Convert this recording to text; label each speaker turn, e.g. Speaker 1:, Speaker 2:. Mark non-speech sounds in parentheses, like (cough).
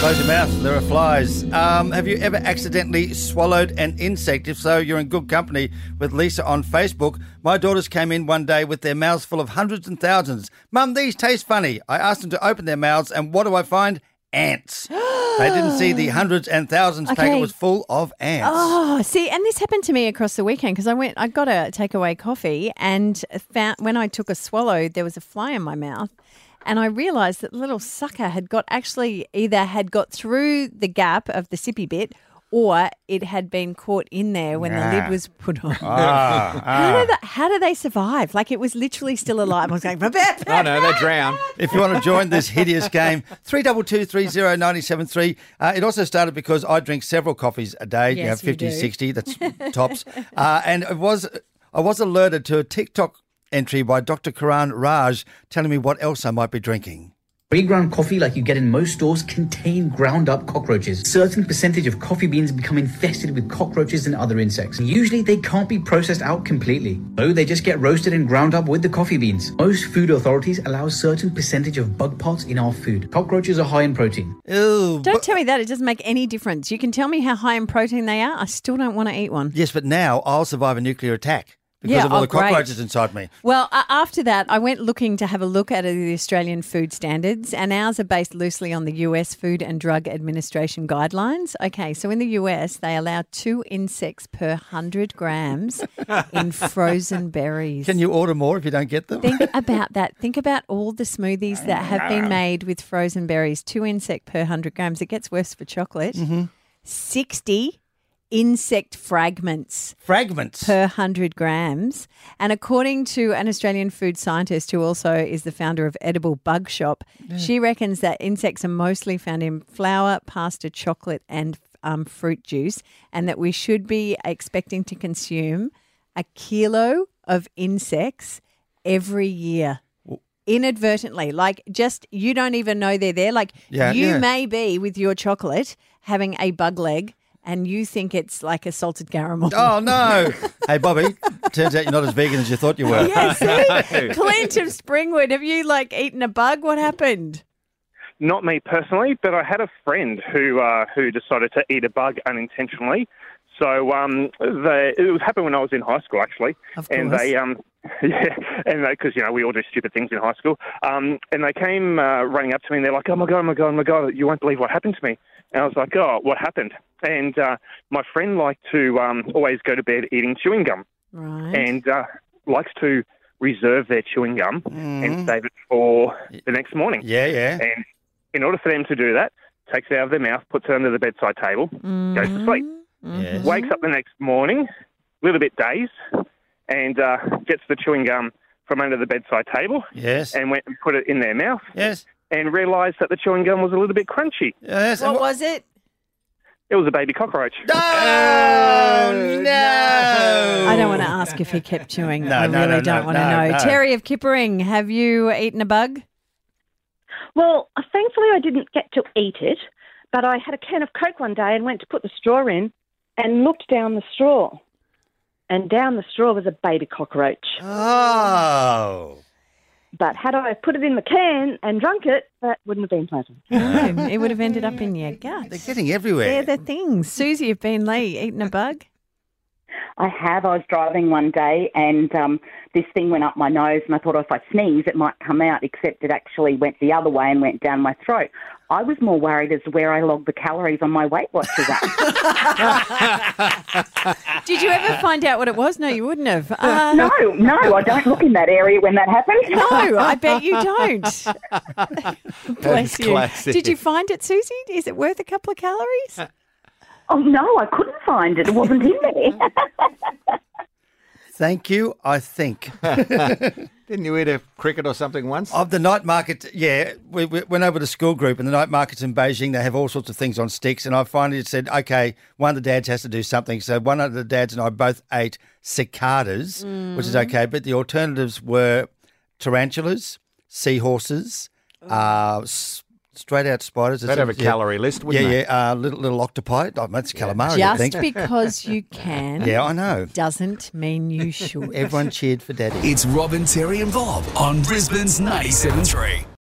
Speaker 1: Close your mouth, there are flies. Um, have you ever accidentally swallowed an insect? If so, you're in good company with Lisa on Facebook. My daughters came in one day with their mouths full of hundreds and thousands. Mum, these taste funny. I asked them to open their mouths, and what do I find? Ants. they didn't see the hundreds and thousands packet
Speaker 2: Okay.
Speaker 1: was full of ants.
Speaker 2: Oh, see, and this happened to me across the weekend because I went, I got a takeaway coffee, and found when I took a swallow, there was a fly in my mouth, and I realised that the little sucker had got actually either had got through the gap of the sippy bit, or it had been caught in there when the
Speaker 1: Nah.
Speaker 2: lid was put on.
Speaker 1: Ah,
Speaker 2: (laughs) How
Speaker 1: ah.
Speaker 2: do, they, how do they survive? Like it was literally still alive. I was (laughs) going,
Speaker 3: I know, they drown.
Speaker 1: If you want to join this hideous game, three double two three zero ninety seven three. Uh, It also started because I drink several coffees a day. you
Speaker 2: Yes,
Speaker 1: have 50,
Speaker 2: you do.
Speaker 1: 60,
Speaker 2: (laughs)
Speaker 1: that's tops. Uh, and it was I was alerted to a TikTok entry by Dr. Karan Raj telling me what else I might be drinking.
Speaker 4: Pre-ground coffee like you get in most stores contain ground up cockroaches. Certain percentage of coffee beans become infested with cockroaches and other insects. Usually they can't be processed out completely. So they just get roasted and ground up with the coffee beans. Most food authorities allow certain percentage of bug parts in our food. Cockroaches are high in protein.
Speaker 1: Ew.
Speaker 2: Don't tell me that. It doesn't make any difference. You can tell me how high in protein they are. I still don't want to eat one.
Speaker 1: Yes, but now I'll survive a nuclear attack because
Speaker 2: Yeah,
Speaker 1: of all
Speaker 2: oh,
Speaker 1: the
Speaker 2: great.
Speaker 1: cockroaches inside me.
Speaker 2: Well, a- after that, I went looking to have a look at the Australian food standards, and ours are based loosely on the US Food and Drug Administration guidelines. Okay, so in the US, they allow two insects per 100 grams
Speaker 1: (laughs)
Speaker 2: in frozen berries.
Speaker 1: Can you order more if you don't get them?
Speaker 2: Think about that. Think about all the smoothies that have been made with frozen berries. Two insect per 100 grams. It gets worse for chocolate.
Speaker 1: Mm-hmm.
Speaker 2: 60 insect fragments
Speaker 1: (laughs) Fragments.
Speaker 2: per 100 grams. And according to an Australian food scientist who also is the founder of Edible Bug Shop, she reckons that insects are mostly found in flour, pasta, chocolate, and um, fruit juice, and that we should be expecting to consume a kilo of insects every year. Inadvertently, like just you don't even know they're there. Like
Speaker 1: Yeah,
Speaker 2: you
Speaker 1: yeah.
Speaker 2: may be with your chocolate having a bug leg, and you think it's like a salted caramel.
Speaker 1: oh no! hey Bobby, turns out you're not as vegan as you thought you were.
Speaker 2: Yeah, see? Clint of Springwood, have you like eaten a bug? What happened?
Speaker 5: Not me personally, but I had a friend who uh, who decided to eat a bug unintentionally. So um, they, it was happened when I was in high school, actually.
Speaker 2: Of
Speaker 5: And
Speaker 2: course.
Speaker 5: they um, (laughs) yeah, and they because you know we all do stupid things in high school. Um, and they came uh, running up to me and they're like, "Oh my god, oh my god, oh my god! You won't believe what happened to me." And I was like, "Oh, what happened?" And uh, my friend liked to um, always go to bed eating chewing gum
Speaker 2: Right.
Speaker 5: and uh, likes to reserve their chewing gum and save it for the next morning.
Speaker 1: yeah, yeah.
Speaker 5: And in order for them to do that, takes it out of their mouth, puts it under the bedside table, goes
Speaker 2: Mm-hmm.
Speaker 5: to sleep.
Speaker 1: Yes.
Speaker 5: Wakes up the next morning, a little bit dazed, and uh, gets the chewing gum from under the bedside table
Speaker 1: Yes.
Speaker 5: and went and put it in their mouth
Speaker 1: Yes.
Speaker 5: and realised that the chewing gum was a little bit crunchy.
Speaker 1: Yes. and
Speaker 2: what
Speaker 1: wha-
Speaker 2: was it?
Speaker 5: It was a baby cockroach.
Speaker 1: Oh, no.
Speaker 2: I don't want to ask if he kept chewing.
Speaker 1: No,
Speaker 2: I
Speaker 1: no,
Speaker 2: really
Speaker 1: no,
Speaker 2: don't
Speaker 1: no,
Speaker 2: want to
Speaker 1: no,
Speaker 2: know.
Speaker 1: no.
Speaker 2: Terry of Kippering, have you eaten a bug?
Speaker 6: Well, thankfully, I didn't get to eat it, but I had a can of Coke one day and went to put the straw in and looked down the straw. And down the straw was a baby cockroach.
Speaker 1: Oh.
Speaker 6: But had I put it in the can and drunk it, that wouldn't have been pleasant.
Speaker 2: No, it would have ended up in your gut.
Speaker 1: They're getting everywhere.
Speaker 2: They're the things. Susie, you've been Lee, eaten a bug?
Speaker 7: I have. I was driving one day and um, this thing went up my nose, and I thought if I sneeze, it might come out, except it actually went the other way and went down my throat. I was more worried as to where I logged the calories on my Weight Watchers app.
Speaker 2: Did you ever find out what it was? No, you wouldn't have. Uh,
Speaker 7: no, no, I don't look in that area when that happens.
Speaker 2: (laughs) No, I bet you don't. Bless you.
Speaker 3: classic.
Speaker 2: Did you find it, Susie? Is it worth a couple of calories?
Speaker 7: Oh, no, I couldn't find it. It wasn't in there.
Speaker 1: Thank you, I
Speaker 3: (laughs)
Speaker 1: think.
Speaker 3: Didn't you eat a cricket or something once?
Speaker 1: of the night market, yeah, we, we went over to school group and the night markets in Beijing, they have all sorts of things on sticks. And I finally said, okay, one of the dads has to do something. So one of the dads and I both ate cicadas,
Speaker 2: Mm.
Speaker 1: which is okay. But the alternatives were tarantulas, seahorses, uh, s- straight out spiders.
Speaker 3: They'd have a
Speaker 1: Yeah.
Speaker 3: calorie list,
Speaker 1: Yeah,
Speaker 3: wouldn't they?
Speaker 1: yeah, uh, little little octopi. Oh, that's calamari, I
Speaker 2: Just
Speaker 1: think.
Speaker 2: because you
Speaker 1: (laughs)
Speaker 2: can
Speaker 1: yeah, I know.
Speaker 3: (laughs)
Speaker 2: doesn't mean you should.
Speaker 1: Everyone cheered for Daddy.
Speaker 8: It's Robin, Terry, and Bob on Brisbane's 97.3.